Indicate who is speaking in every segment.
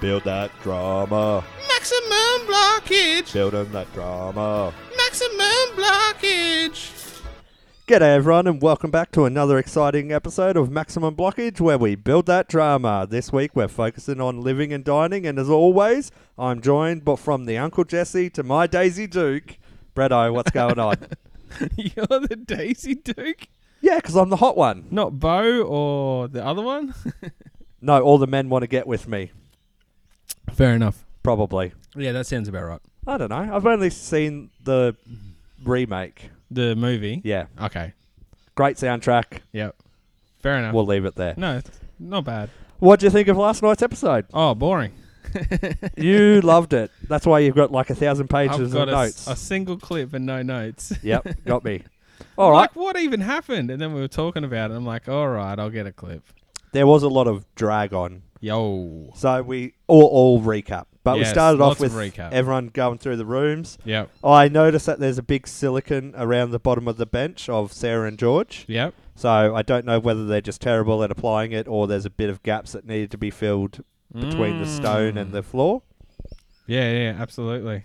Speaker 1: Build that drama.
Speaker 2: Maximum blockage.
Speaker 1: Build on that drama.
Speaker 2: Maximum blockage.
Speaker 1: G'day everyone and welcome back to another exciting episode of Maximum Blockage where we build that drama. This week we're focusing on living and dining and as always I'm joined but from the Uncle Jesse to my Daisy Duke. Bretto, what's going on?
Speaker 2: You're the Daisy Duke,
Speaker 1: yeah, because I'm the hot one.
Speaker 2: not Bo or the other one.
Speaker 1: No, all the men want to get with me,
Speaker 2: Fair enough.
Speaker 1: probably.
Speaker 2: Yeah, that sounds about right.
Speaker 1: I don't know. I've only seen the remake.
Speaker 2: The movie.
Speaker 1: Yeah,
Speaker 2: Okay.
Speaker 1: great soundtrack.
Speaker 2: Yep. Fair enough.
Speaker 1: We'll leave it there.
Speaker 2: no, it's not bad.
Speaker 1: What do you think of last night's episode?
Speaker 2: Oh, boring.
Speaker 1: You loved it. That's why you've got like a thousand
Speaker 2: I've
Speaker 1: pages
Speaker 2: got
Speaker 1: of
Speaker 2: a,
Speaker 1: notes.
Speaker 2: s- a single clip and no notes.
Speaker 1: yep, got me. All right.
Speaker 2: Like, what even happened? And then we were talking about it. I'm like, all right, I'll get a clip.
Speaker 1: There was a lot of drag on,
Speaker 2: Yo.
Speaker 1: so we all, all recap. But we
Speaker 2: Yes,
Speaker 1: started off
Speaker 2: lots of
Speaker 1: with
Speaker 2: recap.
Speaker 1: everyone going through the rooms.
Speaker 2: Yep.
Speaker 1: I noticed that there's a big silicon around the bottom of the bench of Sarah and George.
Speaker 2: Yep.
Speaker 1: So I don't know whether they're just terrible at applying it or there's a bit of gaps that needed to be filled between the stone and the
Speaker 2: Mm.
Speaker 1: floor.
Speaker 2: Yeah, yeah, absolutely.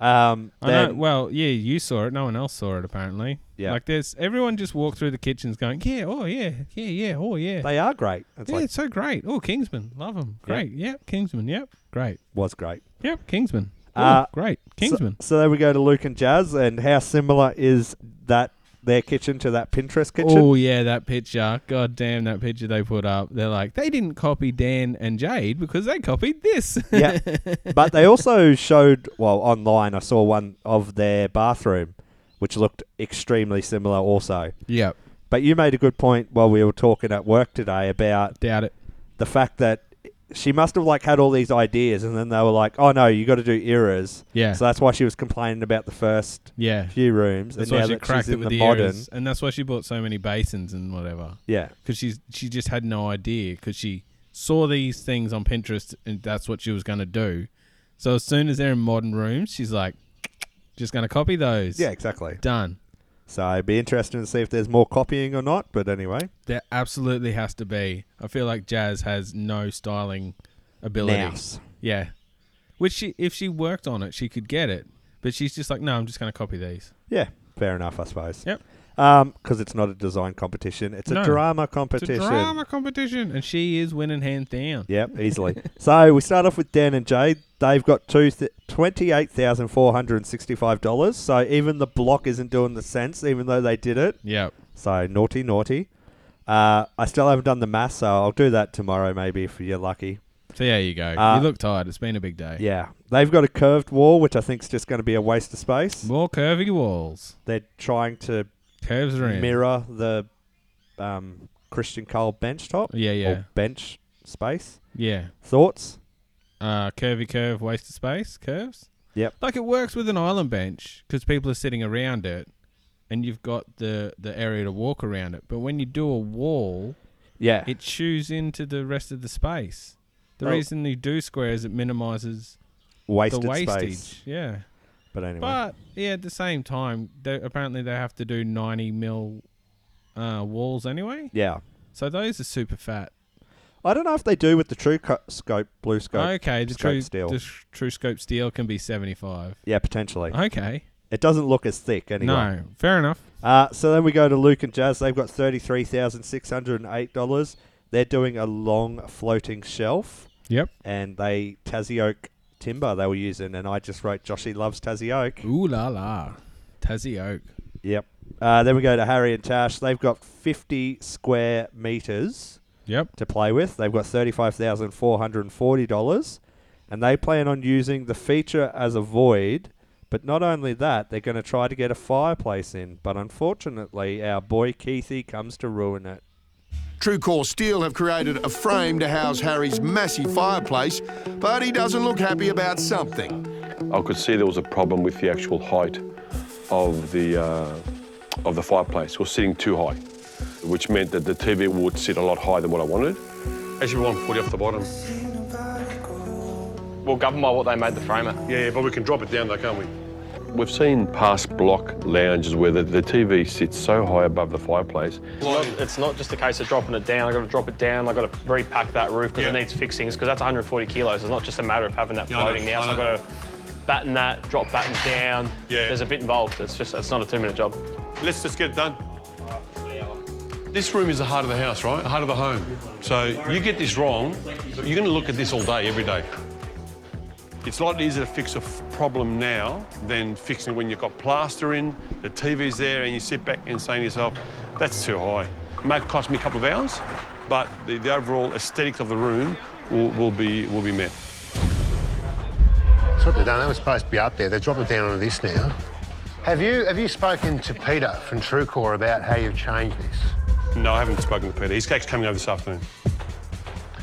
Speaker 1: Um,
Speaker 2: I know.
Speaker 1: then-
Speaker 2: Well, yeah, you saw it. No one else saw it, apparently.
Speaker 1: Yeah.
Speaker 2: Like, there's everyone just walked through the kitchens going, yeah, oh, yeah, yeah, yeah, oh, yeah.
Speaker 1: they are great. It's
Speaker 2: yeah,
Speaker 1: like
Speaker 2: it's so great. Oh, Kingsman. Love him. Great. Yep. Kingsman. Yep. Great.
Speaker 1: was great.
Speaker 2: Yep. Kingsman. Oh,
Speaker 1: Uh,
Speaker 2: great.
Speaker 1: So-
Speaker 2: Kingsman.
Speaker 1: So, there we go to Luke and Jazz, and how similar is that their kitchen to that Pinterest kitchen?
Speaker 2: Oh yeah, that picture. God damn that picture they put up. They're like, they didn't copy Dan and Jade because they copied this.
Speaker 1: Yeah, but they also showed well online. I saw one of their bathroom, which looked extremely similar, also.
Speaker 2: yep.
Speaker 1: But you made a good point while we were talking at work today about
Speaker 2: Doubt it.
Speaker 1: the fact that she must have like had all these ideas and then they were like oh no you got to do eras
Speaker 2: Yeah.
Speaker 1: so that's why she was complaining about the first
Speaker 2: yeah.
Speaker 1: few rooms
Speaker 2: That's
Speaker 1: and
Speaker 2: why
Speaker 1: now
Speaker 2: she
Speaker 1: that
Speaker 2: cracked
Speaker 1: she's
Speaker 2: it
Speaker 1: in
Speaker 2: with
Speaker 1: the,
Speaker 2: the,
Speaker 1: modern
Speaker 2: eras, and that's why she bought so many basins and whatever.
Speaker 1: yeah
Speaker 2: because she's she just had no idea because she saw these things on Pinterest and that's what she was going to do. So as soon as they're in modern rooms, she's like, just going to copy those.
Speaker 1: yeah exactly
Speaker 2: done.
Speaker 1: so it'd be interesting to see if there's more copying or not but anyway
Speaker 2: There absolutely has to be. I feel like Jazz has no styling ability.
Speaker 1: Nouse.
Speaker 2: Yeah, which she if she worked on it, she could get it. But she's just like, no, I'm just going to copy these.
Speaker 1: yeah fair enough i suppose
Speaker 2: Yep.
Speaker 1: um because it's not a design competition it's
Speaker 2: No.
Speaker 1: a drama
Speaker 2: It's a
Speaker 1: competition
Speaker 2: drama competition, and she is winning hands down.
Speaker 1: Yep, easily. so we start off with Dan and Jade. They've got two th- $28,465. So even the block isn't doing the sense, even though they did it.
Speaker 2: Yep.
Speaker 1: So naughty, naughty. Uh, I still haven't done the math, so I'll do that tomorrow maybe if you're lucky.
Speaker 2: So there you go.
Speaker 1: Uh,
Speaker 2: you look tired. It's been a big day.
Speaker 1: Yeah. They've got a curved wall, which I think is just going to be a waste of space.
Speaker 2: More curvy walls.
Speaker 1: They're trying to
Speaker 2: Curves are in.
Speaker 1: mirror the um, Christian Cole bench top
Speaker 2: Yeah, yeah,
Speaker 1: or bench space.
Speaker 2: yeah.
Speaker 1: Thoughts?
Speaker 2: Uh, curvy curve, waste of space, curves.
Speaker 1: Yep.
Speaker 2: Like it works with an island bench because people are sitting around it, and you've got the the area to walk around it. But when you do a wall,
Speaker 1: Yeah.
Speaker 2: it chews into the rest of the space. The
Speaker 1: Oh.
Speaker 2: reason you do square is it minimizes
Speaker 1: Wasted
Speaker 2: the wastage.
Speaker 1: space.
Speaker 2: Yeah,
Speaker 1: But anyway.
Speaker 2: but yeah, at the same time, they, apparently they have to do ninety mil uh, walls anyway.
Speaker 1: yeah.
Speaker 2: So those are super fat.
Speaker 1: I don't know if they do with the true co- scope, blue scope.
Speaker 2: okay, the
Speaker 1: scope
Speaker 2: true
Speaker 1: steel.
Speaker 2: the sh- true scope steel can be seventy five.
Speaker 1: Yeah, potentially.
Speaker 2: Okay.
Speaker 1: It doesn't look as thick anyway.
Speaker 2: No, fair enough.
Speaker 1: Uh, so then we go to Luke and Jazz. They've got thirty-three thousand six hundred and eight dollars. They're doing a long floating shelf,
Speaker 2: Yep.
Speaker 1: and they Tassie oak timber they were using. And I just wrote, "Joshy loves Tassie oak."
Speaker 2: Ooh la la. Tassie Oak.
Speaker 1: Yep. Uh, then we go to Harry and Tash. They've got fifty square meters.
Speaker 2: Yep.
Speaker 1: to play with. They've got $35,440 and they plan on using the feature as a void. But not only that, they're going to try to get a fireplace in. But unfortunately, our boy Keithy comes to ruin it.
Speaker 3: TrueCore Steel have created a frame to house Harry's massive fireplace, but he doesn't look happy about something.
Speaker 4: I could see there was a problem with the actual height of the uh, of the fireplace. It was sitting too high, which meant that the TV would sit a lot higher than what I wanted. Actually, one forty off the bottom.
Speaker 5: We'll govern by what they made the frame at.
Speaker 4: Yeah, yeah, but we can drop it down though, can't we? We've seen past block lounges where the, the TV sits so high above the fireplace.
Speaker 5: Not- it's not just a case of dropping it down. I got to drop it down. I got to repack that roof because
Speaker 4: Yeah.
Speaker 5: it needs fixings. Because that's 140 kilos. It's not just a matter of having that
Speaker 4: Yeah, I know,
Speaker 5: floating now.
Speaker 4: I
Speaker 5: So I've
Speaker 4: know.
Speaker 5: got to batten that, drop battens down.
Speaker 4: Yeah.
Speaker 5: There's a bit involved. It's just it's not a two-minute job.
Speaker 4: Let's just get it done. This room is the heart of the house, right? The heart of the home. So you get this wrong, you're going to look at this all day, every day. It's a lot easier to fix a f- problem now than fixing it when you've got plaster in, the TV's there, and you sit back and say to yourself, that's too high. It might cost me a couple of hours, but the, the overall aesthetics of the room will, will, be, will be met.
Speaker 6: That's what they've done. They were supposed to be up there. They're dropping it down on this now. Have you have you spoken to Peter from TrueCore about how you've changed this?
Speaker 4: No, I haven't spoken to Peter. He's actually coming over this afternoon.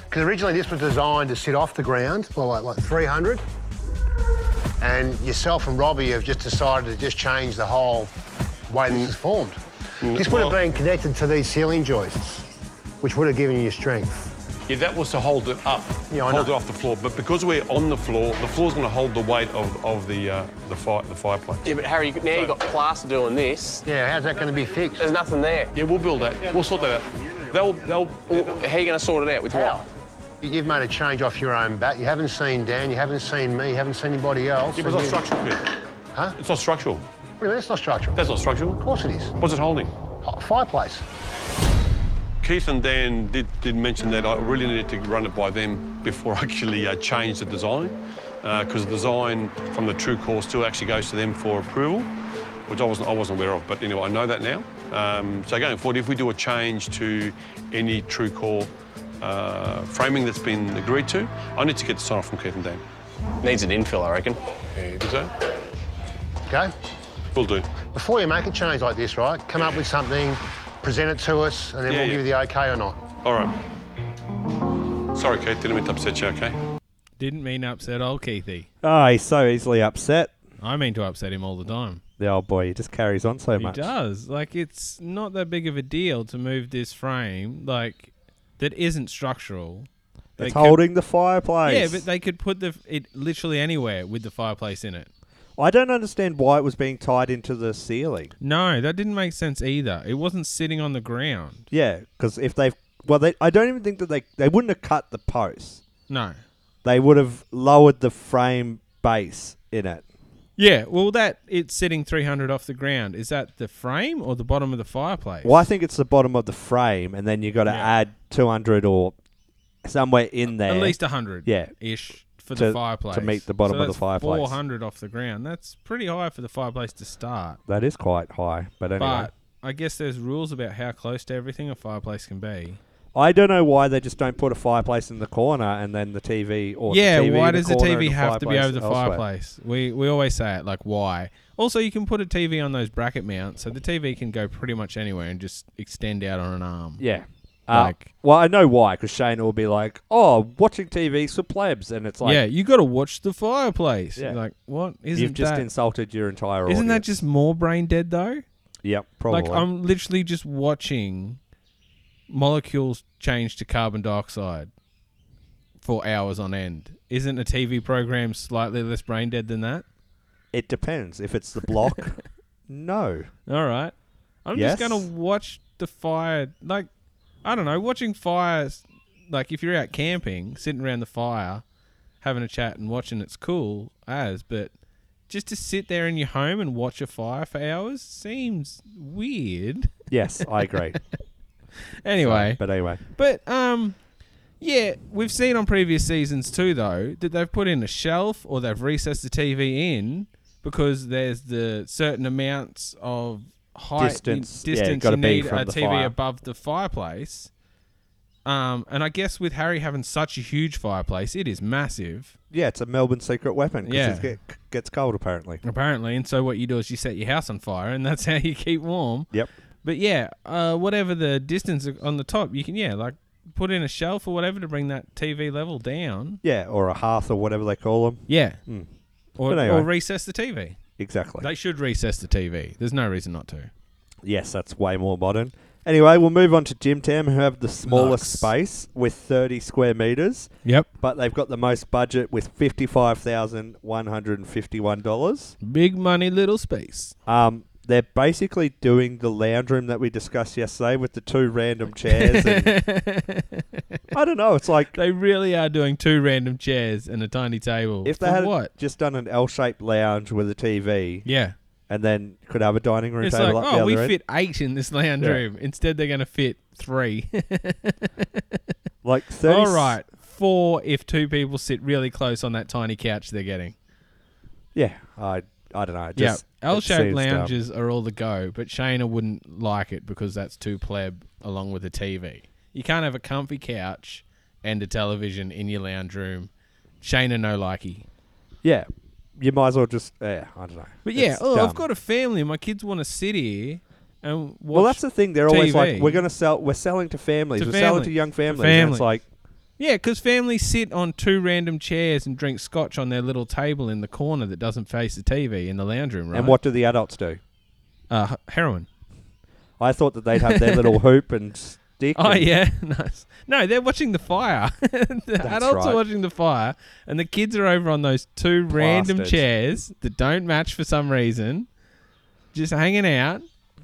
Speaker 6: Because originally this was designed to sit off the ground by like, like 300. And yourself and Robbie have just decided to just change the whole way this is formed. This would have
Speaker 4: well-
Speaker 6: been connected to these ceiling joists, which would have given you strength.
Speaker 4: Yeah, that was to hold it up,
Speaker 6: Yeah, I
Speaker 4: hold
Speaker 6: know.
Speaker 4: it off the floor. But because we're on the floor, the floor's going to hold the weight of, of the uh, the fire the fireplace.
Speaker 5: Yeah, but Harry, now you've got plaster doing this.
Speaker 6: Yeah, how's that going to be fixed?
Speaker 5: nothing there.
Speaker 4: Yeah, we'll build that. We'll sort that out. They'll they'll.
Speaker 5: How are you going to sort it out with
Speaker 6: How? You- You've made a change off your own bat. You haven't seen Dan, you haven't seen me, you haven't seen anybody else.
Speaker 4: It was not
Speaker 6: and you-
Speaker 4: structural. Peter.
Speaker 6: Huh?
Speaker 4: It's not structural.
Speaker 6: What do you mean it's not structural?
Speaker 4: That's not structural.
Speaker 6: Of course it is.
Speaker 4: What's it holding?
Speaker 6: Oh, Fireplace.
Speaker 4: Keith and Dan did, did mention that I really needed to run it by them before I actually uh, changed the design, because the design from the true core still actually goes to them for approval, which I wasn't, I wasn't aware of. But anyway, I know that now. Um, so going forward, if we do a change to any true core uh, framing that's been agreed to, I need to get the sign off from Keith and Dan.
Speaker 5: Needs an infill, I reckon.
Speaker 4: So
Speaker 6: Okay?
Speaker 4: we'll do.
Speaker 6: Before you make a change like this, right, come up with something, present it to us, and then
Speaker 4: Yeah,
Speaker 6: we'll
Speaker 4: yeah.
Speaker 6: give you the okay or not.
Speaker 4: All right. Sorry, Keith, didn't mean to upset you. Okay.
Speaker 2: Didn't mean to upset old Keithy.
Speaker 1: Ah, he's so easily upset.
Speaker 2: I mean to upset him all the time.
Speaker 1: The old boy, he just carries on so
Speaker 2: He
Speaker 1: much.
Speaker 2: does. Like it's not that big of a deal to move this frame, like that isn't structural. They
Speaker 1: It's
Speaker 2: could-
Speaker 1: holding the fireplace.
Speaker 2: Yeah, but they could put the it literally anywhere with the fireplace in it.
Speaker 1: I don't understand why it was being tied into the ceiling.
Speaker 2: No, that didn't make sense either. It wasn't sitting on the ground.
Speaker 1: Yeah, because if they've well, they I don't even think that they they wouldn't have cut the posts.
Speaker 2: No.
Speaker 1: They would have lowered the frame base in it.
Speaker 2: Yeah, well that it's sitting 300 off the ground. Is that the frame or the bottom of the fireplace?
Speaker 1: Well, I think it's the bottom of the frame, and then you got to add two hundred or somewhere in there.
Speaker 2: At least 100
Speaker 1: Yeah.
Speaker 2: ish for
Speaker 1: To-
Speaker 2: the fireplace.
Speaker 1: to meet the bottom
Speaker 2: So
Speaker 1: of the
Speaker 2: that's
Speaker 1: fireplace.
Speaker 2: 400 off the ground. That's pretty high for the fireplace to start.
Speaker 1: that is quite high, but anyway,
Speaker 2: But I guess there's rules about how close to everything a fireplace can be.
Speaker 1: I don't know why they just don't put a fireplace in the corner and then the TV or the
Speaker 2: yeah,
Speaker 1: TV
Speaker 2: why
Speaker 1: in
Speaker 2: does the
Speaker 1: corner and
Speaker 2: TV have to be
Speaker 1: fireplace
Speaker 2: over the
Speaker 1: elsewhere.
Speaker 2: fireplace? We we always say it like why. Also, you can put a TV on those bracket mounts, so the TV can go pretty much anywhere and just extend out on an arm.
Speaker 1: Yeah. Uh,
Speaker 2: Like-
Speaker 1: well, I know why, because Shane will be like, "Oh, watching TV's for plebs," and it's like,
Speaker 2: yeah, you got to watch the fireplace.
Speaker 1: Yeah.
Speaker 2: Like what isn't
Speaker 1: "You've just
Speaker 2: that?
Speaker 1: insulted your entire
Speaker 2: isn't that
Speaker 1: audience."
Speaker 2: just more brain dead though?
Speaker 1: Yep, probably.
Speaker 2: Like I'm literally just watching molecules change to carbon dioxide for hours on end. Isn't a TV program slightly less brain dead than that?
Speaker 1: It depends. If it's the block, no.
Speaker 2: All right. I'm just
Speaker 1: Yes?
Speaker 2: going to watch the fire. Like, I don't know. Watching fires. Like, if you're out camping, sitting around the fire, having a chat and watching, it's cool as, but just to sit there in your home and watch a fire for hours seems weird.
Speaker 1: Yes, I agree.
Speaker 2: Anyway.
Speaker 1: but anyway,
Speaker 2: But um, yeah, we've seen on previous seasons too, though, that they've put in a shelf or they've recessed the TV in because there's the certain amounts of height
Speaker 1: Distance, yeah,
Speaker 2: distance
Speaker 1: gotta
Speaker 2: you
Speaker 1: be
Speaker 2: need
Speaker 1: from
Speaker 2: a
Speaker 1: the
Speaker 2: TV
Speaker 1: fire.
Speaker 2: above the fireplace. Um, and I guess with Harry having such a huge fireplace, it is massive
Speaker 1: yeah, it's a Melbourne secret weapon
Speaker 2: Yeah.
Speaker 1: because it it gets cold apparently.
Speaker 2: apparently. And so what you do is you set your house on fire, and that's how you keep warm.
Speaker 1: Yep.
Speaker 2: But yeah, uh, whatever the distance on the top, you can yeah, like put in a shelf or whatever to bring that TV level down.
Speaker 1: Yeah, or a hearth or whatever they call them.
Speaker 2: Yeah. Or,
Speaker 1: Hmm. But anyway.
Speaker 2: or recess the TV.
Speaker 1: Exactly.
Speaker 2: They should recess the TV. There's no reason not to.
Speaker 1: yes, that's way more modern. Anyway, we'll move on to Jim Tam, who have the smallest
Speaker 2: Nice.
Speaker 1: space with 30 square meters,
Speaker 2: Yep.
Speaker 1: but they've got the most budget with $55,151.
Speaker 2: Big money, little space.
Speaker 1: Um, they're basically doing the lounge room that we discussed yesterday with the two random chairs. And I don't know. It's like
Speaker 2: They really are doing two random chairs and a tiny table.
Speaker 1: if they
Speaker 2: For
Speaker 1: had
Speaker 2: what?
Speaker 1: just done an L-shaped lounge with a TV
Speaker 2: Yeah.
Speaker 1: and then could have a dining room
Speaker 2: It's
Speaker 1: table
Speaker 2: like,
Speaker 1: up the
Speaker 2: oh,
Speaker 1: other
Speaker 2: we
Speaker 1: end.
Speaker 2: fit eight in this lounge
Speaker 1: Yeah.
Speaker 2: room. Instead, they're going to fit three.
Speaker 1: like 30,
Speaker 2: All right. Four if two people sit really close on that tiny couch they're getting.
Speaker 1: Yeah, I I don't know. it Just,
Speaker 2: yeah.
Speaker 1: it
Speaker 2: L shaped
Speaker 1: seems dumb.
Speaker 2: lounges are all the go, but Shana wouldn't like it because that's too pleb along with a TV. You can't have a comfy couch and a television in your lounge room. Shana no likey.
Speaker 1: Yeah, you might as well just yeah. I don't know.
Speaker 2: But yeah,
Speaker 1: It's
Speaker 2: oh,
Speaker 1: dumb.
Speaker 2: I've got a family. My kids want to sit here and watch.
Speaker 1: Well, that's the thing. They're always like,
Speaker 2: TV.
Speaker 1: we're going to sell. We're selling to families.
Speaker 2: To
Speaker 1: we're selling
Speaker 2: family.
Speaker 1: to young families. And
Speaker 2: Family.
Speaker 1: it's like,
Speaker 2: Yeah, because families sit on two random chairs and drink scotch on their little table in the corner that doesn't face the TV in the lounge room, right?
Speaker 1: and what do the adults do?
Speaker 2: Uh, h- heroin.
Speaker 1: I thought that they'd have their little hoop and stick.
Speaker 2: Oh,
Speaker 1: and-
Speaker 2: yeah. nice. No, they're watching the fire. the adults
Speaker 1: right.
Speaker 2: are watching the fire, and the kids are over on those two random
Speaker 1: Bastards.
Speaker 2: chairs that don't match for some reason, just hanging out.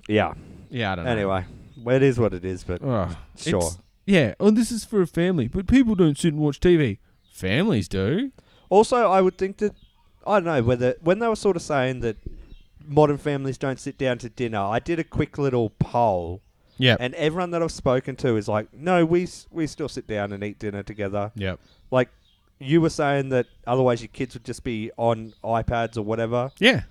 Speaker 1: yeah.
Speaker 2: Yeah, I don't know.
Speaker 1: Anyway, well, it is what it is. But
Speaker 2: Oh,
Speaker 1: Sure.
Speaker 2: it's- Yeah. Oh, this is for a family, but people don't sit and watch TV. Families do.
Speaker 1: also, I would think that I don't know whether when they were sort of saying that modern families don't sit down to dinner. I did a quick little poll.
Speaker 2: Yeah.
Speaker 1: And everyone that I've spoken to is like, no, we s- we still sit down and eat dinner together.
Speaker 2: Yep.
Speaker 1: Like you were saying that otherwise your kids would just be on iPads or whatever.
Speaker 2: Yeah.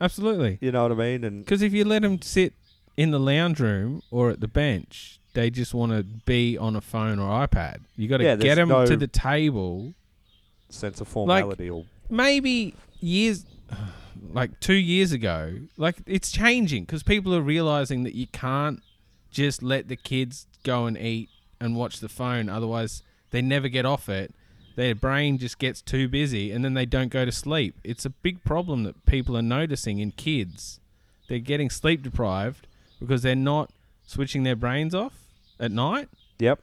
Speaker 2: Absolutely.
Speaker 1: You know what I mean? And
Speaker 2: Because if you let them sit in the lounge room or at the bench, they just want to be on a phone or iPad. You got to
Speaker 1: Yeah,
Speaker 2: 'em get
Speaker 1: there's
Speaker 2: them
Speaker 1: no-
Speaker 2: to the table.
Speaker 1: sense of formality or
Speaker 2: Maybe years, like two years ago, like it's changing because people are realizing that you can't just let the kids go and eat and watch the phone. Otherwise, they never get off it. Their brain just gets too busy and then they don't go to sleep. It's a big problem that people are noticing in kids. They're getting sleep deprived because they're not switching their brains off at night.
Speaker 1: yep.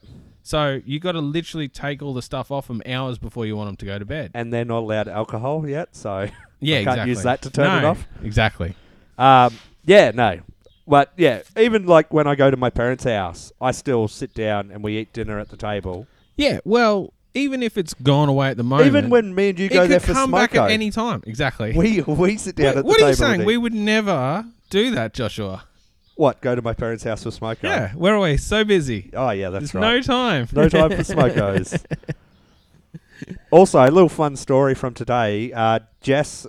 Speaker 2: So you got to literally take all the stuff off them hours before you want them to go to bed.
Speaker 1: And they're not allowed alcohol yet, so
Speaker 2: Yeah,
Speaker 1: I can't
Speaker 2: exactly.
Speaker 1: use that to turn it
Speaker 2: No,
Speaker 1: off.
Speaker 2: Exactly.
Speaker 1: Um, yeah, no. But yeah, even like when I go to my parents' house, I still sit down and we eat dinner at the table.
Speaker 2: Yeah. Well, even if it's gone away at the moment,
Speaker 1: Even when me and you
Speaker 2: it
Speaker 1: go
Speaker 2: could
Speaker 1: there for
Speaker 2: come
Speaker 1: smoke,
Speaker 2: back at any time. Exactly.
Speaker 1: we we sit down
Speaker 2: Wait,
Speaker 1: at the
Speaker 2: what
Speaker 1: table.
Speaker 2: are you saying?
Speaker 1: and
Speaker 2: We
Speaker 1: eat.
Speaker 2: would never do that, Joshua.
Speaker 1: what go to my parents' house for smoke?
Speaker 2: Yeah, we're always so busy.
Speaker 1: Oh yeah, that's
Speaker 2: There's
Speaker 1: right.
Speaker 2: no time.
Speaker 1: No time for smokos. also, a little fun story from today. Uh, Jess,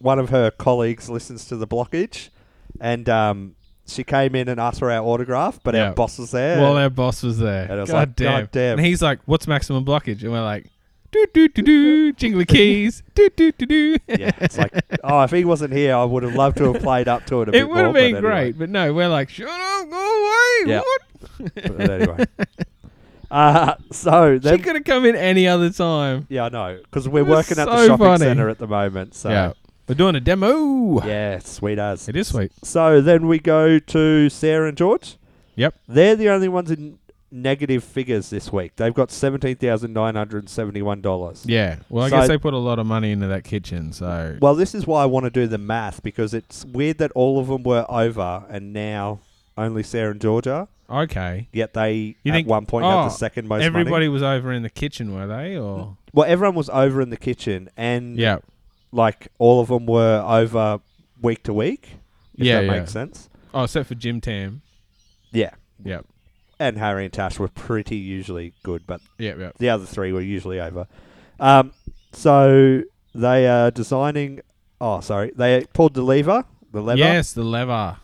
Speaker 1: one of her colleagues, listens to the blockage, and um, she came in and asked for our autograph, but
Speaker 2: Yeah.
Speaker 1: our boss was there.
Speaker 2: While our boss was there.
Speaker 1: And I was
Speaker 2: God,
Speaker 1: like,
Speaker 2: damn.
Speaker 1: "God damn."
Speaker 2: And he's like, "What's maximum blockage?" And we're like, "Do do do do, jingly keys, do do do do."
Speaker 1: yeah, it's like, oh, if he wasn't here, I would have loved to have played up to it a bit
Speaker 2: It would have
Speaker 1: more, but
Speaker 2: been
Speaker 1: anyway.
Speaker 2: great, but no, we're like, shut up, go away.
Speaker 1: Yeah.
Speaker 2: What?
Speaker 1: But anyway. Uh, so
Speaker 2: She
Speaker 1: then,
Speaker 2: could have come in any other time.
Speaker 1: yeah, I know, because we're
Speaker 2: It was
Speaker 1: working at the
Speaker 2: so
Speaker 1: shopping
Speaker 2: funny.
Speaker 1: centre at the moment. So
Speaker 2: Yeah. We're doing a demo.
Speaker 1: yeah, sweet as
Speaker 2: It is sweet.
Speaker 1: So then we go to Sarah and George.
Speaker 2: Yep.
Speaker 1: They're the only ones in negative figures this week. They've got seventeen thousand nine hundred seventy-one dollars.
Speaker 2: Yeah. Well, I
Speaker 1: So-
Speaker 2: guess they put a lot of money into that kitchen, so
Speaker 1: Well, this is why I want to do the math because it's weird that all of them were over and now only Sarah and George are.
Speaker 2: okay.
Speaker 1: Yet they at
Speaker 2: You think
Speaker 1: one point had
Speaker 2: oh,
Speaker 1: the second most
Speaker 2: Everybody
Speaker 1: money. Mm.
Speaker 2: was over in the kitchen, were they? Or
Speaker 1: Well, everyone was over in the kitchen, and
Speaker 2: yeah,
Speaker 1: like all of them were over week to week. If
Speaker 2: yeah,
Speaker 1: that
Speaker 2: yeah.
Speaker 1: makes sense.
Speaker 2: Oh, except for Jim Tam.
Speaker 1: Yeah,
Speaker 2: Yep.
Speaker 1: and Harry and Tash were pretty usually good, but
Speaker 2: Yep. Yep.
Speaker 1: the other three were usually over. Um, so they are designing. Oh, sorry, they pulled the lever. The lever.
Speaker 2: Yes, the lever.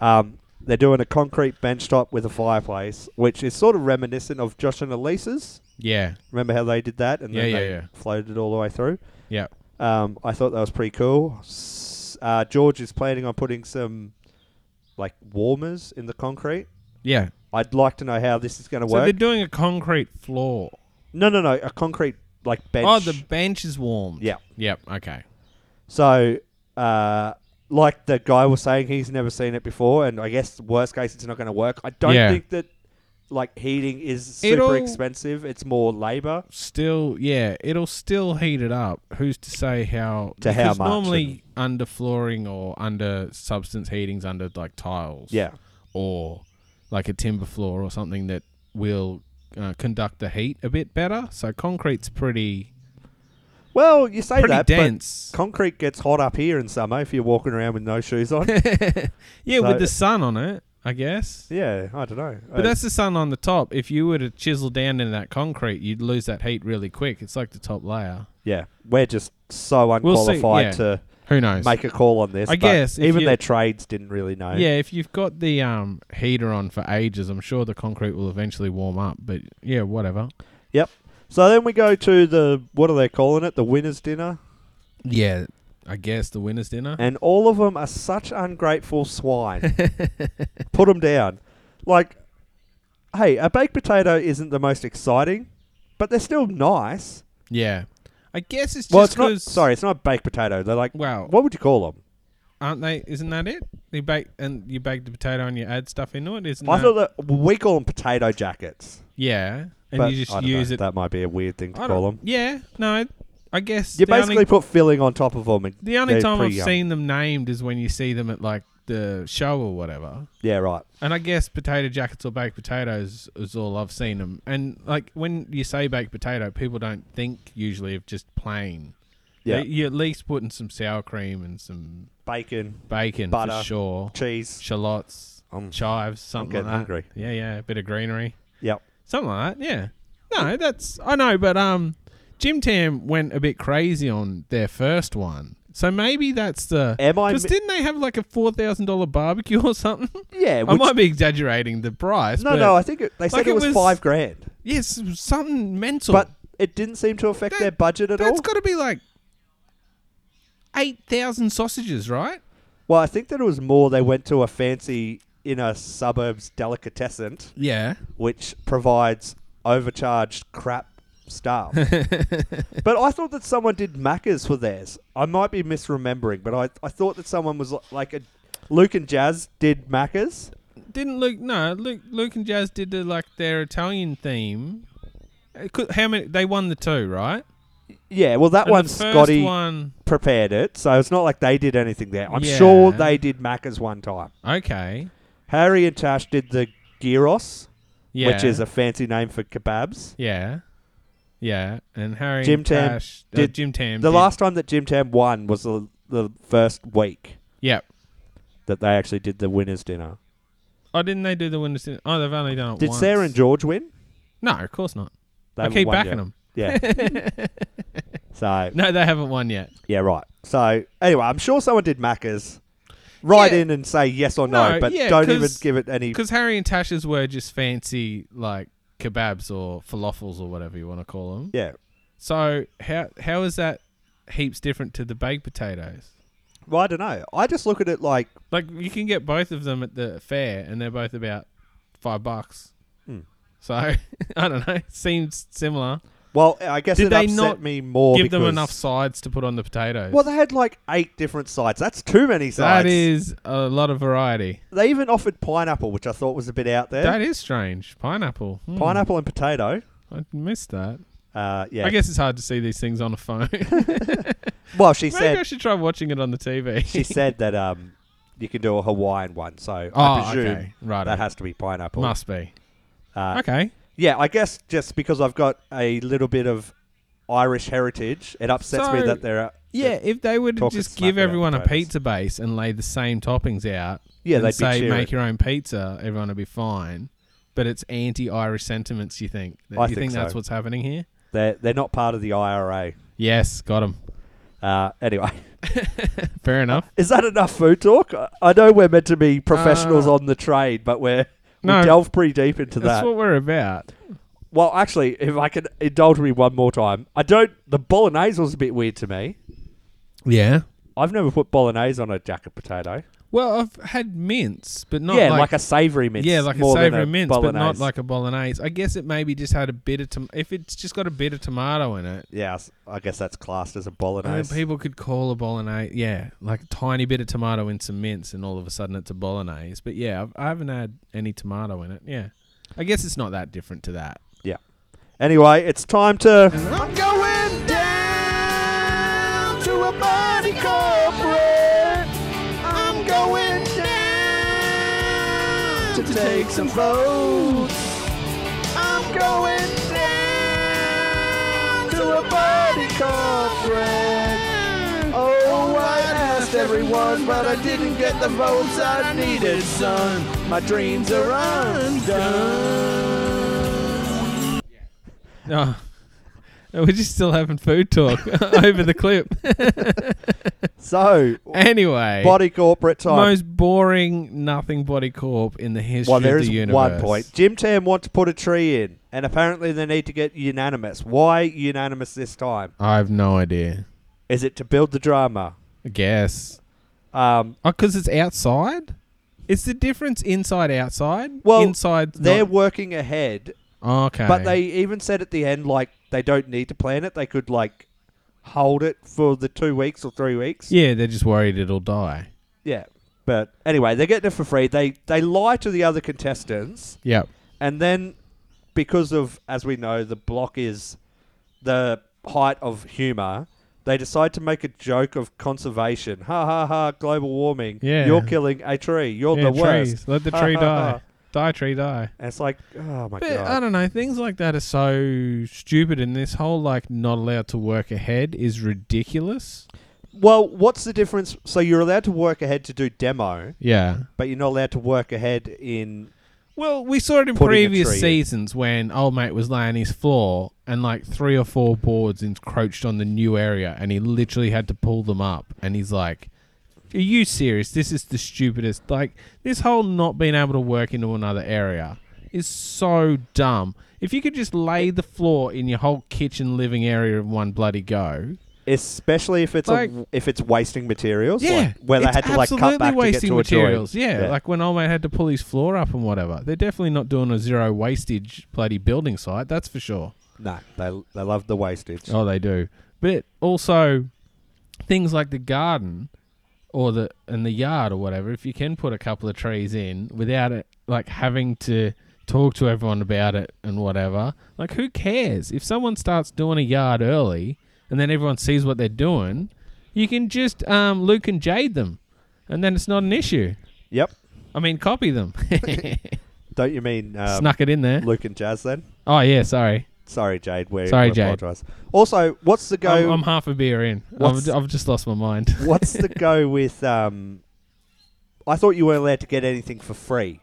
Speaker 1: Um, they're doing a concrete bench top with a fireplace, which is sort of reminiscent of Josh and Elise's.
Speaker 2: Yeah.
Speaker 1: Remember how they did that, and then
Speaker 2: Yeah, yeah,
Speaker 1: they
Speaker 2: yeah.
Speaker 1: floated all the way through.
Speaker 2: Yep.
Speaker 1: Um, I thought that was pretty cool. S- Uh, George is planning on putting some like warmers in the concrete.
Speaker 2: Yeah.
Speaker 1: I'd like to know how this is going to
Speaker 2: So they're
Speaker 1: work.
Speaker 2: doing a concrete floor.
Speaker 1: No, no, no, a concrete like bench.
Speaker 2: Oh, the bench is warmed.
Speaker 1: Yeah.
Speaker 2: Yep. Okay.
Speaker 1: So uh, like the guy was saying, he's never seen it before, and I guess worst case, it's not going to work. I don't
Speaker 2: Yeah.
Speaker 1: think that like heating is super
Speaker 2: It'll-
Speaker 1: expensive. It's more labor.
Speaker 2: still, yeah, it'll still heat it up. Who's to say how?
Speaker 1: To how
Speaker 2: because
Speaker 1: much
Speaker 2: Normally, under flooring or under substance heating's under like tiles.
Speaker 1: Yeah.
Speaker 2: Or like a timber floor or something that will uh, conduct the heat a bit better. So concrete's pretty
Speaker 1: Well, you say
Speaker 2: pretty
Speaker 1: that,
Speaker 2: dense.
Speaker 1: but concrete gets hot up here in summer if you're walking around with no shoes on.
Speaker 2: yeah,
Speaker 1: so-
Speaker 2: with the sun on it, I guess.
Speaker 1: yeah, I don't know.
Speaker 2: But that's the sun on the top. If you were to chisel down into that concrete, you'd lose that heat really quick. It's like the top layer.
Speaker 1: yeah, we're just so
Speaker 2: We'll see,
Speaker 1: unqualified
Speaker 2: yeah.
Speaker 1: to
Speaker 2: Who knows?
Speaker 1: make a call on this.
Speaker 2: I
Speaker 1: but
Speaker 2: guess if
Speaker 1: even
Speaker 2: you-
Speaker 1: their trades didn't really know.
Speaker 2: Yeah, if you've got the um, heater on for ages, I'm sure the concrete will eventually warm up. But yeah, whatever.
Speaker 1: Yep. So then we go to the what are they calling it? The winners' dinner,
Speaker 2: Yeah, I guess the winner's dinner.
Speaker 1: and all of them are such ungrateful swine. Put them down. Like, hey, a baked potato isn't the most exciting, but they're still nice.
Speaker 2: Yeah, I guess it's just
Speaker 1: well, it's not.
Speaker 2: 'cause-
Speaker 1: Sorry, it's not a baked potato. They're like,
Speaker 2: Wow.
Speaker 1: what would you call them?
Speaker 2: aren't they? Isn't that it? You bake and you bake the potato and you add stuff into it. Isn't
Speaker 1: I
Speaker 2: that-
Speaker 1: thought that we call them potato jackets,
Speaker 2: Yeah, and
Speaker 1: but
Speaker 2: you just
Speaker 1: I don't
Speaker 2: use
Speaker 1: know,
Speaker 2: it.
Speaker 1: That might be a weird thing to
Speaker 2: I
Speaker 1: call
Speaker 2: don't-
Speaker 1: them.
Speaker 2: Yeah, no, I guess
Speaker 1: You
Speaker 2: the only-
Speaker 1: basically put filling on top of them. And
Speaker 2: The only
Speaker 1: they're
Speaker 2: time I've
Speaker 1: pretty yum.
Speaker 2: seen them named is when you see them at like the show or whatever.
Speaker 1: Yeah, right.
Speaker 2: And I guess potato jackets or baked potatoes is all I've seen them. And like when you say baked potato, people don't think usually of just plain.
Speaker 1: Yeah,
Speaker 2: They- You're at least putting some sour cream and some
Speaker 1: bacon,
Speaker 2: bacon
Speaker 1: Butter.
Speaker 2: for sure.
Speaker 1: cheese.
Speaker 2: Shallots,
Speaker 1: Um,
Speaker 2: chives, something
Speaker 1: getting
Speaker 2: like that.
Speaker 1: hungry.
Speaker 2: Yeah, yeah, a bit of greenery.
Speaker 1: Yep.
Speaker 2: Something like that, yeah. No, that's I know, but um Jim Tam went a bit crazy on their first one. So maybe that's the
Speaker 1: Am I
Speaker 2: because
Speaker 1: mi-
Speaker 2: didn't they have like a four thousand dollar barbecue or something?
Speaker 1: Yeah,
Speaker 2: I
Speaker 1: which
Speaker 2: might be exaggerating the price.
Speaker 1: No,
Speaker 2: but
Speaker 1: no, I think it, they said
Speaker 2: like
Speaker 1: it
Speaker 2: it
Speaker 1: was,
Speaker 2: was-
Speaker 1: five grand,
Speaker 2: yes, it was something mental.
Speaker 1: but it didn't seem to affect
Speaker 2: That-
Speaker 1: their budget at all.
Speaker 2: that's got to be like eight thousand sausages, right?
Speaker 1: well, I think that it was more they went to a fancy inner suburbs delicatessen,
Speaker 2: Yeah,
Speaker 1: which provides overcharged crap stuff. but I thought that someone did Macca's for theirs. I might be misremembering, but I, I thought that someone was li- like a Luke and Jazz did Macca's.
Speaker 2: didn't Luke? No, Luke, Luke and Jazz did the, like their Italian theme. It could- how many? They won the two, right?
Speaker 1: Yeah, well, that
Speaker 2: And
Speaker 1: one
Speaker 2: the first
Speaker 1: Scotty
Speaker 2: one.
Speaker 1: prepared it, so it's not like they did anything there. I'm sure
Speaker 2: Yeah.
Speaker 1: they did Macca's one time.
Speaker 2: Okay.
Speaker 1: Harry and Tash did the gyros,
Speaker 2: Yeah.
Speaker 1: which is a fancy name for kebabs.
Speaker 2: yeah. Yeah, and Harry
Speaker 1: Jim
Speaker 2: and
Speaker 1: Tam
Speaker 2: Tash, uh,
Speaker 1: did-
Speaker 2: Jim Tam
Speaker 1: The
Speaker 2: did-
Speaker 1: last time that Jim Tam won was the, the first week
Speaker 2: Yep.
Speaker 1: that they actually did the winners' dinner.
Speaker 2: Oh, didn't they do the windows? in- Oh, they've only done it
Speaker 1: Did
Speaker 2: once.
Speaker 1: Sarah and George win?
Speaker 2: No, of course not.
Speaker 1: They
Speaker 2: I
Speaker 1: haven't
Speaker 2: keep
Speaker 1: won
Speaker 2: backing
Speaker 1: yet.
Speaker 2: them.
Speaker 1: Yeah. so
Speaker 2: No, they haven't won yet.
Speaker 1: yeah, right. So anyway, I'm sure someone did Macca's. Write
Speaker 2: Yeah.
Speaker 1: in and say yes or no,
Speaker 2: No,
Speaker 1: but
Speaker 2: yeah,
Speaker 1: don't even
Speaker 2: 'cause-
Speaker 1: give it any.
Speaker 2: Because Harry and Tasha's were just fancy, like kebabs or falafels or whatever you want to call them.
Speaker 1: Yeah.
Speaker 2: So how how is that heaps different to the baked potatoes?
Speaker 1: Well, I don't know. I just look at it like
Speaker 2: Like you can get both of them at the fair, and they're both about five bucks.
Speaker 1: Hmm.
Speaker 2: So I don't know. Seems similar.
Speaker 1: well, I guess
Speaker 2: Did
Speaker 1: it
Speaker 2: they
Speaker 1: upset
Speaker 2: not
Speaker 1: me more.
Speaker 2: Give them
Speaker 1: because-
Speaker 2: enough sides to put on the potatoes.
Speaker 1: Well, they had like eight different sides. That's too many sides.
Speaker 2: that is a lot of variety.
Speaker 1: They even offered pineapple, which I thought was a bit out there.
Speaker 2: That is strange. Pineapple. Hmm.
Speaker 1: pineapple and potato.
Speaker 2: I missed that.
Speaker 1: Uh, yeah.
Speaker 2: I guess it's hard to see these things on a phone. Maybe
Speaker 1: Well, she
Speaker 2: I
Speaker 1: said
Speaker 2: should try watching it on the TV.
Speaker 1: she said that um, you can do a Hawaiian one, so I
Speaker 2: Oh,
Speaker 1: presume
Speaker 2: okay. Righto.
Speaker 1: that has to be pineapple.
Speaker 2: Must be.
Speaker 1: Uh,
Speaker 2: okay.
Speaker 1: Yeah, I guess just because I've got a little bit of Irish heritage, it upsets me
Speaker 2: So-
Speaker 1: that there are
Speaker 2: Yeah, if they were to
Speaker 1: Talking
Speaker 2: just
Speaker 1: smack
Speaker 2: give
Speaker 1: about
Speaker 2: everyone a
Speaker 1: potatoes.
Speaker 2: pizza base and lay the same toppings out,
Speaker 1: Yeah,
Speaker 2: and
Speaker 1: they'd be
Speaker 2: say
Speaker 1: cheering.
Speaker 2: make your own pizza, everyone would be fine. But it's anti-Irish sentiments. You think?
Speaker 1: I
Speaker 2: you think,
Speaker 1: think
Speaker 2: that's
Speaker 1: so.
Speaker 2: what's happening here?
Speaker 1: they're they're not part of the IRA.
Speaker 2: Yes, got him.
Speaker 1: Uh, anyway, Uh,
Speaker 2: Fair enough.
Speaker 1: is that enough food talk? I- I know we're meant to be professionals on the trade, but we're
Speaker 2: Uh, no.
Speaker 1: we delve pretty deep into
Speaker 2: That's
Speaker 1: that.
Speaker 2: what we're about.
Speaker 1: Well, actually, if I could indulge me one more time, I don't. The bolognese was a bit weird to me.
Speaker 2: Yeah.
Speaker 1: I've never put bolognese on a jacket potato.
Speaker 2: Well, I've had mince, but not
Speaker 1: yeah, like,
Speaker 2: like,
Speaker 1: a savoury mince.
Speaker 2: yeah, like a
Speaker 1: more than
Speaker 2: savoury mince, but not
Speaker 1: bolognese.
Speaker 2: like a bolognese. I guess it maybe just had a bit of tom- if it's just got a bit of tomato in it.
Speaker 1: Yeah, s- I guess that's classed as a
Speaker 2: I mean,
Speaker 1: bolognese.
Speaker 2: people could call a bolognese, yeah, like a tiny bit of tomato in some mince, and all of a sudden it's a bolognese. But yeah, I've, I haven't had any tomato in it. Yeah, I guess it's not that different to that.
Speaker 1: yeah. Anyway, it's time to.
Speaker 3: I'm going down to a body corporate. I'm going down to take some votes. I'm going down to a body corporate. Oh, I asked everyone, but I didn't get the votes I needed, son. My dreams are undone.
Speaker 2: No, Oh. we're just still having food talk over the clip.
Speaker 1: So,
Speaker 2: anyway,
Speaker 1: body corporate time.
Speaker 2: most boring nothing body corp in the history
Speaker 1: well, there
Speaker 2: of
Speaker 1: is
Speaker 2: the universe.
Speaker 1: one point. Jim Tam want to put a tree in, and apparently they need to get unanimous. Why unanimous this time?
Speaker 2: I have no idea.
Speaker 1: Is it to build the drama?
Speaker 2: I guess
Speaker 1: Um,
Speaker 2: because it's outside. It's the difference inside outside.
Speaker 1: well,
Speaker 2: inside
Speaker 1: they're
Speaker 2: not- Oh,
Speaker 1: working ahead,
Speaker 2: okay,
Speaker 1: but they even said at the end like they don't need to plan it. They could like hold it for the two weeks or three weeks.
Speaker 2: yeah, they're just worried it'll die.
Speaker 1: Yeah. But anyway, they're getting it for free. They they lie to the other contestants,
Speaker 2: Yep.
Speaker 1: and then because of as we know, the block is the height of humor. They decide to make a joke of conservation. Ha ha ha! Global warming.
Speaker 2: Yeah.
Speaker 1: You're killing a tree. You're
Speaker 2: Yeah,
Speaker 1: the worst.
Speaker 2: trees. Let the
Speaker 1: Ha,
Speaker 2: tree
Speaker 1: ha,
Speaker 2: die.
Speaker 1: ha.
Speaker 2: Die tree die.
Speaker 1: And it's like, oh my
Speaker 2: But
Speaker 1: god.
Speaker 2: I don't know. Things like that are so stupid, and this whole like not allowed to work ahead is ridiculous.
Speaker 1: well, what's the difference? So you're allowed to work ahead to do demo,
Speaker 2: Yeah.
Speaker 1: but you're not allowed to work ahead in.
Speaker 2: Well, we saw it
Speaker 1: Putting a
Speaker 2: in
Speaker 1: tree
Speaker 2: previous
Speaker 1: in.
Speaker 2: seasons when old mate was laying his floor and like three or four boards encroached on the new area and he literally had to pull them up and he's like, Are you serious? This is the stupidest. Like, this whole not being able to work into another area is so dumb. If you could just lay the floor in your whole kitchen living area in one bloody go.
Speaker 1: Especially if it's
Speaker 2: Like-
Speaker 1: a, if it's wasting materials,
Speaker 2: Yeah,
Speaker 1: like, where they
Speaker 2: it's
Speaker 1: had to like cut
Speaker 2: absolutely
Speaker 1: back to get
Speaker 2: wasting
Speaker 1: to a joint.
Speaker 2: materials. Yeah, like when old mate had to pull his floor up and whatever. They're definitely not doing a zero wastage bloody building site. That's for sure.
Speaker 1: No, they they love the wastage.
Speaker 2: Oh, they do. But also things like the garden or the and the yard or whatever. If you can put a couple of trees in without it like having to talk to everyone about it and whatever. Like who cares if someone starts doing a yard early and then everyone sees what they're doing? You can just um, Luke and Jade them, and then it's not an issue.
Speaker 1: Yep.
Speaker 2: I mean, copy them.
Speaker 1: Don't you mean um,
Speaker 2: Snuck it in there.
Speaker 1: Luke and Jazz then?
Speaker 2: Oh yeah, sorry.
Speaker 1: Sorry, Jade. We
Speaker 2: Sorry,
Speaker 1: we
Speaker 2: Jade.
Speaker 1: apologise. Also, what's the go?
Speaker 2: I'm, I'm half a beer in.
Speaker 1: What's-
Speaker 2: I've, I've just lost my mind.
Speaker 1: what's the go with? Um, I thought you weren't allowed to get anything for free.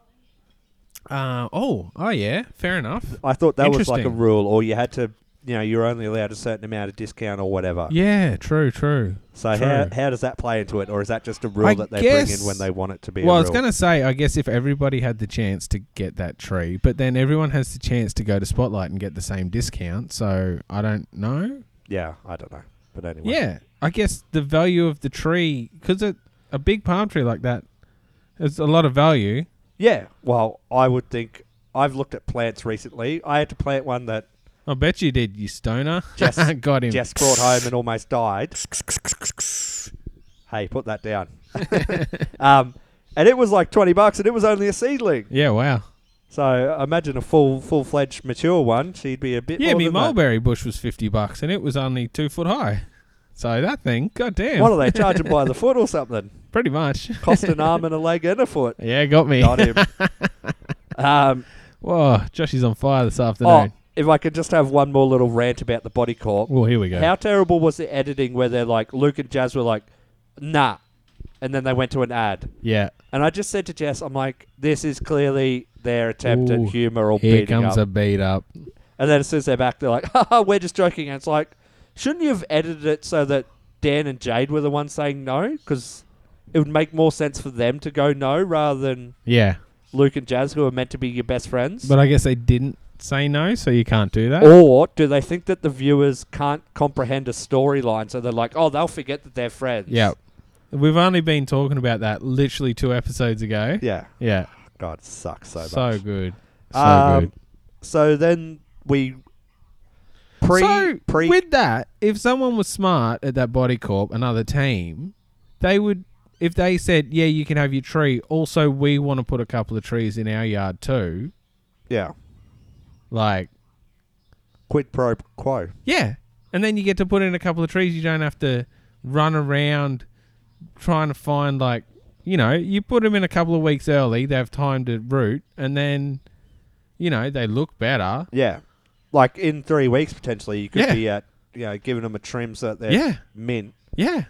Speaker 2: Uh, oh, oh yeah, fair enough.
Speaker 1: I thought that was like a
Speaker 2: Interesting.
Speaker 1: rule, or you had to, you know, you're only allowed a certain amount of discount or whatever.
Speaker 2: Yeah, true, true.
Speaker 1: So
Speaker 2: true.
Speaker 1: how, how does that play into it, or is that just a rule
Speaker 2: I
Speaker 1: that they bring
Speaker 2: guess-
Speaker 1: in when they want it to be?
Speaker 2: well,
Speaker 1: a
Speaker 2: I was
Speaker 1: rule?
Speaker 2: gonna say, I guess if everybody had the chance to get that tree, but then everyone has the chance to go to Spotlight and get the same discount. So I don't know.
Speaker 1: Yeah, I don't know, but anyway.
Speaker 2: Yeah, I guess the value of the tree, because a a big palm tree like that, is a lot of value.
Speaker 1: Yeah. Well, I would think I've looked at plants recently. I had to plant one that
Speaker 2: I bet you did, you stoner.
Speaker 1: Jess-
Speaker 2: got him.
Speaker 1: Jess brought home and almost died. hey, put that down. um, and it was like twenty bucks, and it was only a seedling.
Speaker 2: Yeah, wow.
Speaker 1: So imagine a full, full fledged mature one. She'd be a bit.
Speaker 2: Yeah,
Speaker 1: more
Speaker 2: me
Speaker 1: than that.
Speaker 2: mulberry bush was fifty bucks, and it was only two foot high. So that thing, goddamn,
Speaker 1: What are they charging by the foot or something?
Speaker 2: pretty much.
Speaker 1: Cost an arm and a leg and a foot.
Speaker 2: Yeah, got me.
Speaker 1: Got him. um,
Speaker 2: Whoa, Josh is on fire this
Speaker 1: oh,
Speaker 2: afternoon.
Speaker 1: if I could just have one more little rant about the body corp.
Speaker 2: well, here we go.
Speaker 1: How terrible was the editing where they're like Luke and Jazz were like, nah, and then they went to an ad.
Speaker 2: yeah,
Speaker 1: And I just said to Jess, I'm like, this is clearly their attempt at
Speaker 2: Ooh,
Speaker 1: humour or
Speaker 2: here
Speaker 1: beating
Speaker 2: comes
Speaker 1: up.
Speaker 2: a beat up.
Speaker 1: and then as soon as they're back, they're like, haha, we're just joking. And it's like, shouldn't you have edited it so that Dan and Jade were the ones saying no? Because it would make more sense for them to go no rather than
Speaker 2: Yeah,
Speaker 1: Luke and Jazz, who are meant to be your best friends.
Speaker 2: but I guess they didn't say no, so you can't do that.
Speaker 1: or do they think that the viewers can't comprehend a storyline, so they're like, "Oh, they'll forget that they're friends."
Speaker 2: Yep. We've only been talking about that literally two episodes ago.
Speaker 1: Yeah.
Speaker 2: Yeah.
Speaker 1: God, it sucks so,
Speaker 2: So,
Speaker 1: much.
Speaker 2: good. So
Speaker 1: Um,
Speaker 2: good.
Speaker 1: so then we pre
Speaker 2: so
Speaker 1: pre
Speaker 2: with that, if someone was smart at that body corp, another team, they would. If they said, "Yeah, you can have your tree," also we want to put a couple of trees in our yard too.
Speaker 1: yeah
Speaker 2: Like,
Speaker 1: quid pro quo.
Speaker 2: yeah, and then you get to put in a couple of trees. You don't have to run around trying to find like, you know, you put them in a couple of weeks early. They have time to root, and then, you know, they look better.
Speaker 1: Yeah, like in three weeks potentially you could
Speaker 2: Yeah.
Speaker 1: be at you know giving them a trim so that they're
Speaker 2: Yeah.
Speaker 1: mint.
Speaker 2: Yeah.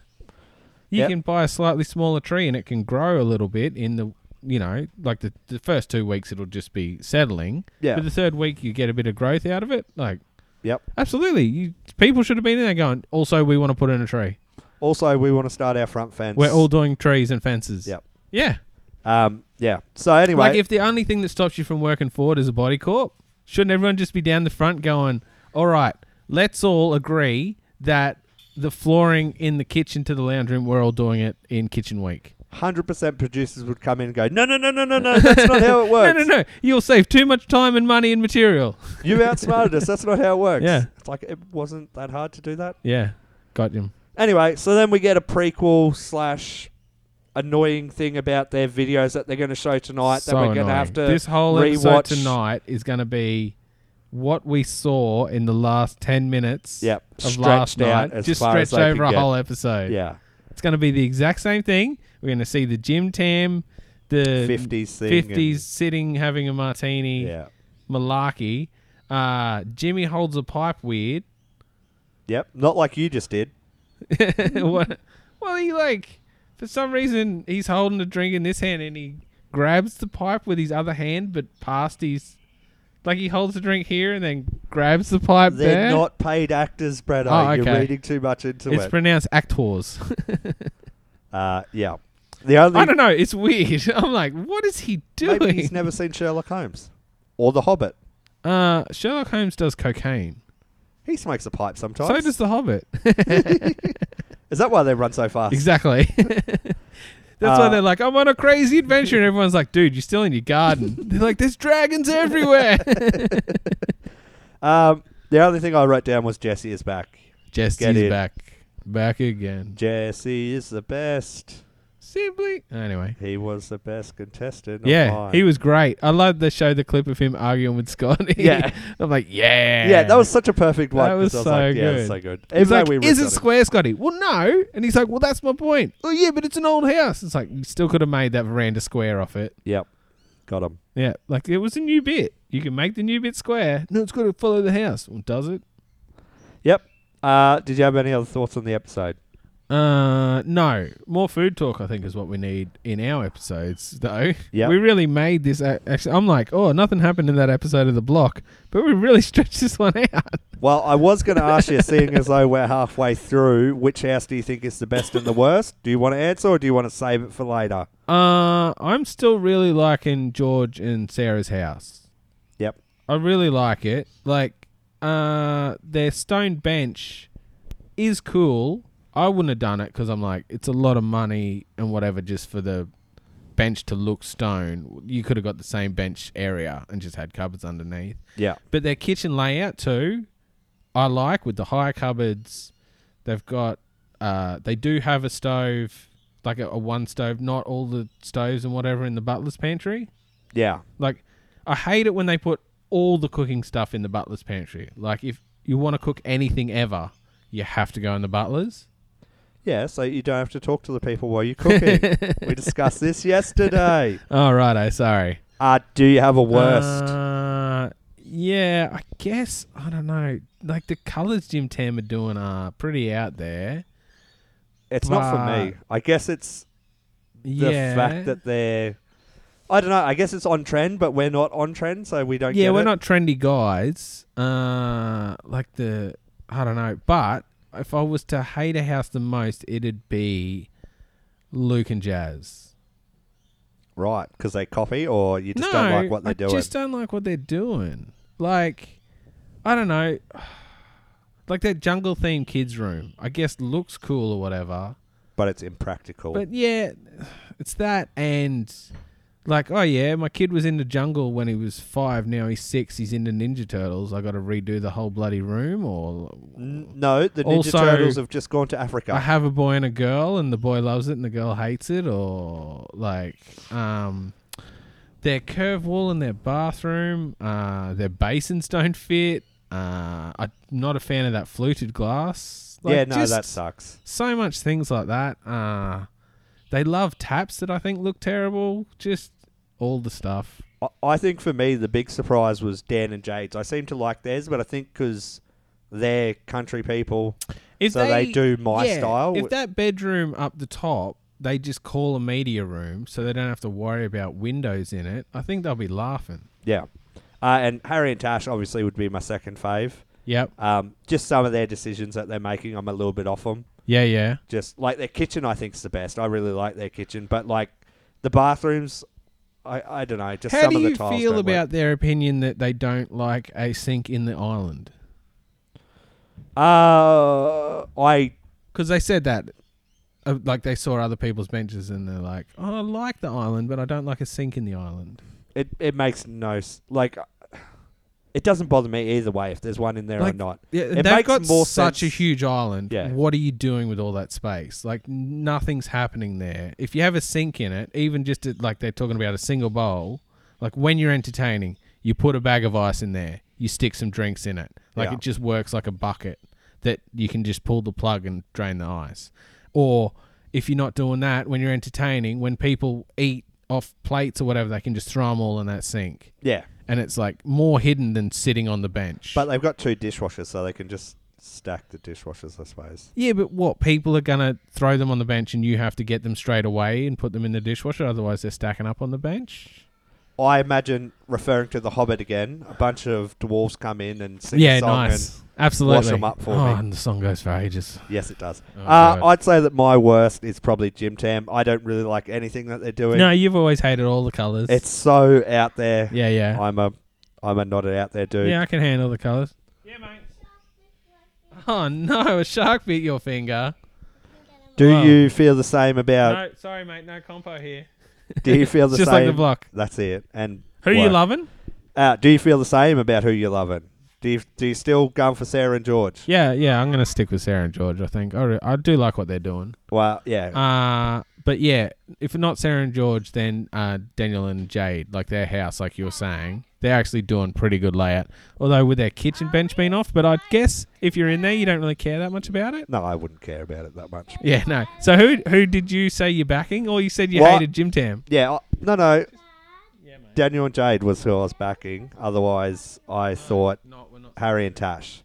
Speaker 2: You
Speaker 1: Yep.
Speaker 2: can buy a slightly smaller tree and it can grow a little bit in the, you know, like the, the first two weeks it'll just be settling.
Speaker 1: Yeah.
Speaker 2: But the third week you get a bit of growth out of it. Like,
Speaker 1: Yep.
Speaker 2: absolutely. You People should have been in there going, also, we want to put in a tree.
Speaker 1: Also, we want to start our front fence.
Speaker 2: We're all doing trees and fences.
Speaker 1: Yep.
Speaker 2: Yeah.
Speaker 1: Um. Yeah. So anyway,
Speaker 2: Like, if the only thing that stops you from working forward is a body corp, shouldn't everyone just be down the front going, all right, let's all agree that the flooring in the kitchen to the lounge room, we're all doing it in kitchen week?
Speaker 1: hundred percent producers would come in and go, no, no, no, no, no, no, that's not how it works.
Speaker 2: No, no, no. You'll save too much time and money and material.
Speaker 1: You outsmarted us. That's not how it works.
Speaker 2: Yeah.
Speaker 1: It's like it wasn't that hard to do that.
Speaker 2: Yeah. Got him.
Speaker 1: Anyway, so then we get a prequel slash annoying thing about their videos that they're going to show tonight
Speaker 2: so
Speaker 1: that we're
Speaker 2: annoying.
Speaker 1: to have to
Speaker 2: This whole
Speaker 1: rewatch
Speaker 2: episode tonight is going to be what we saw in the last 10 minutes
Speaker 1: Yep.
Speaker 2: of
Speaker 1: Stretched
Speaker 2: last
Speaker 1: out
Speaker 2: night.
Speaker 1: as
Speaker 2: Just
Speaker 1: far as
Speaker 2: stretched
Speaker 1: they
Speaker 2: over
Speaker 1: could
Speaker 2: a
Speaker 1: get.
Speaker 2: whole episode.
Speaker 1: Yeah.
Speaker 2: It's going to be the exact same thing. We're going to see the Jim Tam, the
Speaker 1: 50s thing
Speaker 2: 50s
Speaker 1: and-
Speaker 2: sitting having a martini
Speaker 1: Yeah.
Speaker 2: malarkey. Uh, Jimmy holds a pipe weird.
Speaker 1: Yep. Not like you just did.
Speaker 2: what? Well, he like for some reason he's holding a drink in this hand and he grabs the pipe with his other hand, but past his like he holds the drink here and then grabs the pipe
Speaker 1: They're
Speaker 2: there.
Speaker 1: not paid actors, Brad.
Speaker 2: Oh,
Speaker 1: You're
Speaker 2: okay.
Speaker 1: reading too much into
Speaker 2: it's
Speaker 1: it.
Speaker 2: pronounced actors.
Speaker 1: uh, yeah. The only
Speaker 2: I don't know. It's weird. I'm like, what is he doing?
Speaker 1: maybe he's never seen Sherlock Holmes or The Hobbit.
Speaker 2: uh, Sherlock Holmes does cocaine.
Speaker 1: He smokes a pipe sometimes.
Speaker 2: So does the Hobbit.
Speaker 1: Is that why they run so fast?
Speaker 2: exactly. That's
Speaker 1: Uh,
Speaker 2: why they're like, I'm on a crazy adventure, and everyone's like, dude, you're still in your garden. they're like, there's dragons everywhere.
Speaker 1: Um, the only thing I wrote down was Jesse is back. Get
Speaker 2: Jesse's
Speaker 1: it.
Speaker 2: back. Back again.
Speaker 1: Jesse is the best.
Speaker 2: Simply. Anyway.
Speaker 1: He was the best contestant. of
Speaker 2: Yeah,
Speaker 1: mine.
Speaker 2: he was great. I love they show the clip of him arguing with Scotty.
Speaker 1: Yeah.
Speaker 2: I'm like, yeah.
Speaker 1: Yeah, that was such a perfect one.
Speaker 2: That
Speaker 1: 'cause
Speaker 2: was
Speaker 1: I was
Speaker 2: so
Speaker 1: like, Yeah, that's
Speaker 2: good.
Speaker 1: so good.
Speaker 2: He's
Speaker 1: Even though
Speaker 2: like,
Speaker 1: we
Speaker 2: is
Speaker 1: ripped on
Speaker 2: it
Speaker 1: him.
Speaker 2: square, Scotty? Well, no. And he's like, well, that's my point. Oh, yeah, but it's an old house. It's like, you still could have made that veranda square off it.
Speaker 1: Yep, got him.
Speaker 2: Yeah, like it was a new bit. You can make the new bit square. No, it's got to follow the house. Well, does it?
Speaker 1: Yep. Uh, did you have any other thoughts on the episode?
Speaker 2: Uh, no. More food talk, I think, is what we need in our episodes, though.
Speaker 1: Yep.
Speaker 2: We really made this. a- Actually, I'm like, oh, nothing happened in that episode of The Block, but we really stretched this one out.
Speaker 1: Well, I was going to ask you, seeing as though we're halfway through, which house do you think is the best and the worst? Do you want to answer, or do you want to save it for later?
Speaker 2: Uh, I'm still really liking George and Sarah's house.
Speaker 1: Yep.
Speaker 2: I really like it. Like, uh, their stone bench is cool. I wouldn't have done it because I'm like, it's a lot of money and whatever just for the bench to look stone. You could have got the same bench area and just had cupboards underneath.
Speaker 1: Yeah.
Speaker 2: But their kitchen layout too, I like with the high cupboards. They've got, uh, they do have a stove, like a, a one stove, not all the stoves and whatever in the butler's pantry.
Speaker 1: Yeah.
Speaker 2: Like, I hate it when they put all the cooking stuff in the butler's pantry. Like, if you want to cook anything ever, you have to go in the butler's.
Speaker 1: Yeah, so you don't have to talk to the people while you're cooking. we discussed this yesterday.
Speaker 2: Oh, righto, sorry.
Speaker 1: Uh, do you have a worst?
Speaker 2: Uh, yeah, I guess I don't know. Like the colors Jim Tam are doing are pretty out there.
Speaker 1: it's not for me.
Speaker 2: but-
Speaker 1: I guess it's the
Speaker 2: yeah.
Speaker 1: fact that they're. I don't know. I guess it's on trend, but we're not on trend, so we don't.
Speaker 2: yeah,
Speaker 1: get
Speaker 2: we're
Speaker 1: it.
Speaker 2: not trendy guys. Uh, like the I don't know, but if I was to hate a house the most, it'd be Luke and Jazz.
Speaker 1: right because they copy, or you just
Speaker 2: no,
Speaker 1: don't like what they're
Speaker 2: I
Speaker 1: doing.
Speaker 2: just don't like what they're doing. Like, I don't know, like that jungle themed kids room. I guess looks cool or whatever,
Speaker 1: but it's impractical.
Speaker 2: But yeah, it's that and like, oh yeah, my kid was into jungle when he was five. Now he's six. He's into Ninja Turtles. I got to redo the whole bloody room, or
Speaker 1: N- no, the Ninja
Speaker 2: Also-
Speaker 1: Turtles have just gone to Africa.
Speaker 2: I have a boy and a girl, and the boy loves it, and the girl hates it, or like, um, their curve wall in their bathroom, uh, their basins don't fit. Uh, I'm not a fan of that fluted glass. Like,
Speaker 1: yeah, no,
Speaker 2: just-
Speaker 1: that sucks.
Speaker 2: so much things like that. Uh, they love taps that I think look terrible. Just all the stuff.
Speaker 1: I- I think for me the big surprise was Dan and Jade's. I seem to like theirs, but I think because they're country people,
Speaker 2: If
Speaker 1: So they do my style?
Speaker 2: If that bedroom up the top, they just call a media room, so they don't have to worry about windows in it. I think they'll be laughing.
Speaker 1: yeah. Uh, and Harry and Tash obviously would be my second fave.
Speaker 2: Yep.
Speaker 1: Um, just some of their decisions that they're making, I'm a little bit off them.
Speaker 2: Yeah. Yeah.
Speaker 1: Just like their kitchen, I think's the best. I really like their kitchen, but like the bathrooms, I I don't know. Just
Speaker 2: How
Speaker 1: some
Speaker 2: do
Speaker 1: of the
Speaker 2: you
Speaker 1: tiles
Speaker 2: feel
Speaker 1: don't work.
Speaker 2: about their opinion that they don't like a sink in the island?
Speaker 1: Uh, I
Speaker 2: Because they said that, uh, like they saw other people's benches and they're like, "Oh, I like the island, but I don't like a sink in the island."
Speaker 1: it it makes no s- like it doesn't bother me either way if there's one in there
Speaker 2: Like,
Speaker 1: or not.
Speaker 2: Yeah,
Speaker 1: it
Speaker 2: they've
Speaker 1: makes
Speaker 2: got
Speaker 1: more
Speaker 2: such a
Speaker 1: sense-
Speaker 2: huge island.
Speaker 1: Yeah.
Speaker 2: What are you doing with all that space? Like nothing's happening there. If you have a sink in it, even just at, like they're talking about a single bowl, like when you're entertaining, you put a bag of ice in there, you stick some drinks in it. Like
Speaker 1: Yeah.
Speaker 2: it just works like a bucket that you can just pull the plug and drain the ice. Or if you're not doing that, when you're entertaining, when people eat off plates or whatever, they can just throw them all in that sink.
Speaker 1: Yeah,
Speaker 2: And it's like more hidden than sitting on the bench.
Speaker 1: but they've got two dishwashers, so they can just stack the dishwashers, I suppose.
Speaker 2: Yeah, but what? People are going to throw them on the bench and you have to get them straight away and put them in the dishwasher. Otherwise, they're stacking up on the bench.
Speaker 1: I imagine referring to the Hobbit again. A bunch of dwarves come in and sing
Speaker 2: yeah,
Speaker 1: a song
Speaker 2: nice.
Speaker 1: and
Speaker 2: Absolutely.
Speaker 1: wash 'em up for
Speaker 2: oh,
Speaker 1: me.
Speaker 2: and the song goes for ages.
Speaker 1: yes, it does.
Speaker 2: Oh,
Speaker 1: uh,
Speaker 2: God.
Speaker 1: I'd say that my worst is probably Jim Tam. I don't really like anything that they're doing.
Speaker 2: No, you've always hated all the colours.
Speaker 1: it's so out there.
Speaker 2: yeah, yeah.
Speaker 1: I'm a I'm a not out there dude.
Speaker 2: Yeah, I can handle the colours. Yeah, mate. Oh, no. A shark bit your finger.
Speaker 1: Do
Speaker 2: Wow.
Speaker 1: you feel the same about?
Speaker 2: no, sorry, mate. No compo here.
Speaker 1: Do you feel the
Speaker 2: Just
Speaker 1: same?
Speaker 2: like the block.
Speaker 1: That's it. And
Speaker 2: Who you
Speaker 1: work.
Speaker 2: loving?
Speaker 1: Uh, do you feel the same about who you're loving? Do you, do you still go for Sarah and George?
Speaker 2: Yeah, yeah. I'm going to stick with Sarah and George, I think. I, re- I do like what they're doing.
Speaker 1: Well, yeah.
Speaker 2: Uh, but yeah, if not Sarah and George, then uh, Daniel and Jade, like their house, like you were saying, they're actually doing pretty good layout. Although with their kitchen bench being off, but I guess if you're in there, you don't really care that much about it.
Speaker 1: no, I wouldn't care about it that much.
Speaker 2: Yeah, no. So who who did you say you're backing, or you said you
Speaker 1: What?
Speaker 2: hated Jim Tam?
Speaker 1: Yeah, I, no, no. Daniel and Jade was who I was backing. Otherwise, I thought
Speaker 2: No, we're not.
Speaker 1: Harry and Tash.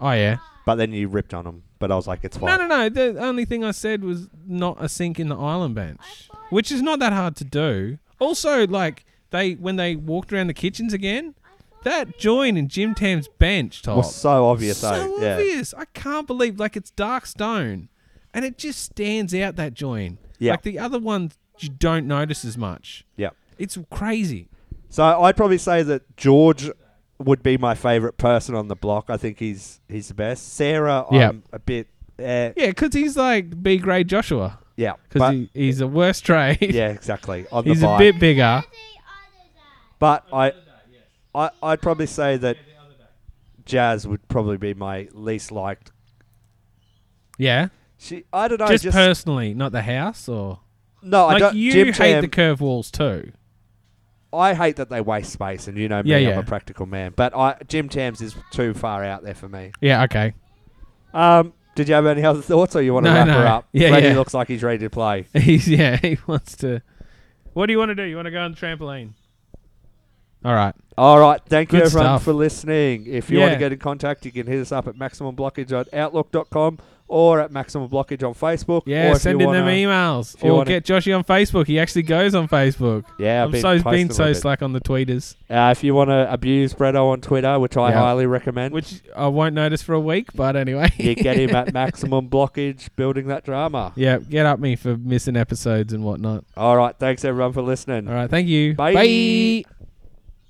Speaker 2: Oh yeah.
Speaker 1: But then you ripped on them. But I was like, it's
Speaker 2: No,
Speaker 1: fine.
Speaker 2: no, no. The only thing I said was not a sink in the island bench, which is not that hard to do. Also, like they when they walked around the kitchens again, that join in Jim Tam's bench top
Speaker 1: was so obvious,
Speaker 2: so
Speaker 1: though. Yeah.
Speaker 2: obvious. I can't believe like it's dark stone, and it just stands out that join.
Speaker 1: Yeah.
Speaker 2: like the other ones you don't notice as much.
Speaker 1: Yeah.
Speaker 2: It's crazy.
Speaker 1: So I'd probably say that George would be my favourite person on the block. I think he's he's the best. Sarah,
Speaker 2: Yeah.
Speaker 1: I'm a bit. Uh,
Speaker 2: Yeah, because he's like B grade Joshua,
Speaker 1: yeah.
Speaker 2: because
Speaker 1: But,
Speaker 2: he, he's a worse trade.
Speaker 1: yeah, exactly. On
Speaker 2: he's
Speaker 1: the
Speaker 2: a
Speaker 1: vibe.
Speaker 2: bit bigger.
Speaker 1: But I, I, I'd probably say that Jazz would probably be my least liked.
Speaker 2: Yeah,
Speaker 1: She, I don't know.
Speaker 2: just,
Speaker 1: Just,
Speaker 2: personally, not the house or
Speaker 1: no, I
Speaker 2: like
Speaker 1: don't.
Speaker 2: you
Speaker 1: Jim
Speaker 2: hate
Speaker 1: Jam,
Speaker 2: the curve walls too.
Speaker 1: I hate that they waste space, and you know me,
Speaker 2: Yeah,
Speaker 1: I'm
Speaker 2: yeah.
Speaker 1: a practical man. But I, Jim Tams is too far out there for me.
Speaker 2: Yeah, okay.
Speaker 1: Um, did you have any other thoughts, or you want to
Speaker 2: No,
Speaker 1: wrap
Speaker 2: no.
Speaker 1: her up?
Speaker 2: Yeah,
Speaker 1: Freddie
Speaker 2: yeah.
Speaker 1: looks like he's ready to play.
Speaker 2: He's yeah, he wants to. What do you want to do? You want to go on the trampoline? All right.
Speaker 1: All right, thank you
Speaker 2: Good
Speaker 1: everyone
Speaker 2: stuff.
Speaker 1: for listening. If you want to
Speaker 2: Yeah.
Speaker 1: get in contact, you can hit us up at maximumblockage.outlook.com or at maximumblockage on Facebook. or
Speaker 2: Yeah,
Speaker 1: if you
Speaker 2: send in them
Speaker 1: wanna-
Speaker 2: emails
Speaker 1: you
Speaker 2: or
Speaker 1: wanna-
Speaker 2: get Joshy on Facebook. He actually goes on Facebook.
Speaker 1: Yeah, I've
Speaker 2: I'm
Speaker 1: been
Speaker 2: so
Speaker 1: posting
Speaker 2: been
Speaker 1: a
Speaker 2: so
Speaker 1: bit.
Speaker 2: slack on the tweeters,
Speaker 1: Uh, if you want to abuse Bretto on Twitter, which I
Speaker 2: Yeah.
Speaker 1: highly recommend,
Speaker 2: which I won't notice for a week. But anyway,
Speaker 1: you get him at maximum blockage, building that drama.
Speaker 2: yeah, get up me for missing episodes and whatnot.
Speaker 1: All right, thanks everyone for listening.
Speaker 2: All right, thank you.
Speaker 1: Bye.
Speaker 2: Bye.